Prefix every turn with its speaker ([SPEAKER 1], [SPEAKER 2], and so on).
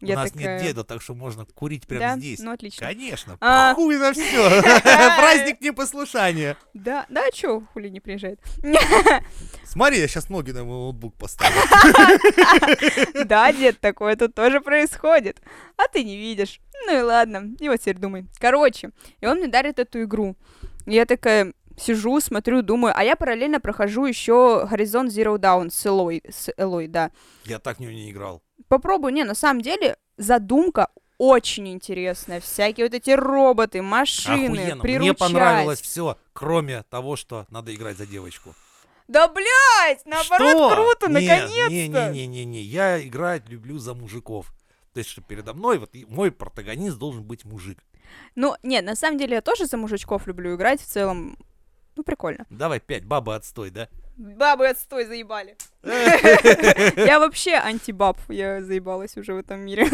[SPEAKER 1] У
[SPEAKER 2] Я
[SPEAKER 1] нас
[SPEAKER 2] такая,
[SPEAKER 1] нет деда, так что можно курить
[SPEAKER 2] да?
[SPEAKER 1] прямо здесь.
[SPEAKER 2] Ну, отлично.
[SPEAKER 1] Конечно,
[SPEAKER 2] А.
[SPEAKER 1] хуй на все. Праздник непослушания.
[SPEAKER 2] Да, да, а чё, хули не приезжает?
[SPEAKER 1] Смотри, я сейчас ноги на мой ноутбук поставлю.
[SPEAKER 2] Да, дед, такое тут тоже происходит. А ты не видишь. Ну и ладно. И вот теперь думай. Короче, и он мне дарит эту игру. И я такая сижу, смотрю, думаю, а я параллельно прохожу еще Horizon Zero Dawn с Элой, с Элой, да.
[SPEAKER 1] Я так в него не играл.
[SPEAKER 2] Попробую, не, на самом деле задумка очень интересная. Всякие вот эти роботы, машины,
[SPEAKER 1] Охуенно. Мне
[SPEAKER 2] приручать.
[SPEAKER 1] понравилось все, кроме того, что надо играть за девочку.
[SPEAKER 2] Да, блядь, наоборот,
[SPEAKER 1] Что?
[SPEAKER 2] круто,
[SPEAKER 1] Нет,
[SPEAKER 2] наконец-то.
[SPEAKER 1] Не-не-не-не, я играть люблю за мужиков. То есть, что передо мной, вот и мой протагонист должен быть мужик.
[SPEAKER 2] Ну, нет, на самом деле я тоже за мужичков люблю играть в целом. Ну, прикольно.
[SPEAKER 1] Давай пять, баба, отстой, да?
[SPEAKER 2] Бабы отстой заебали. Я вообще антибаб, я заебалась уже в этом мире.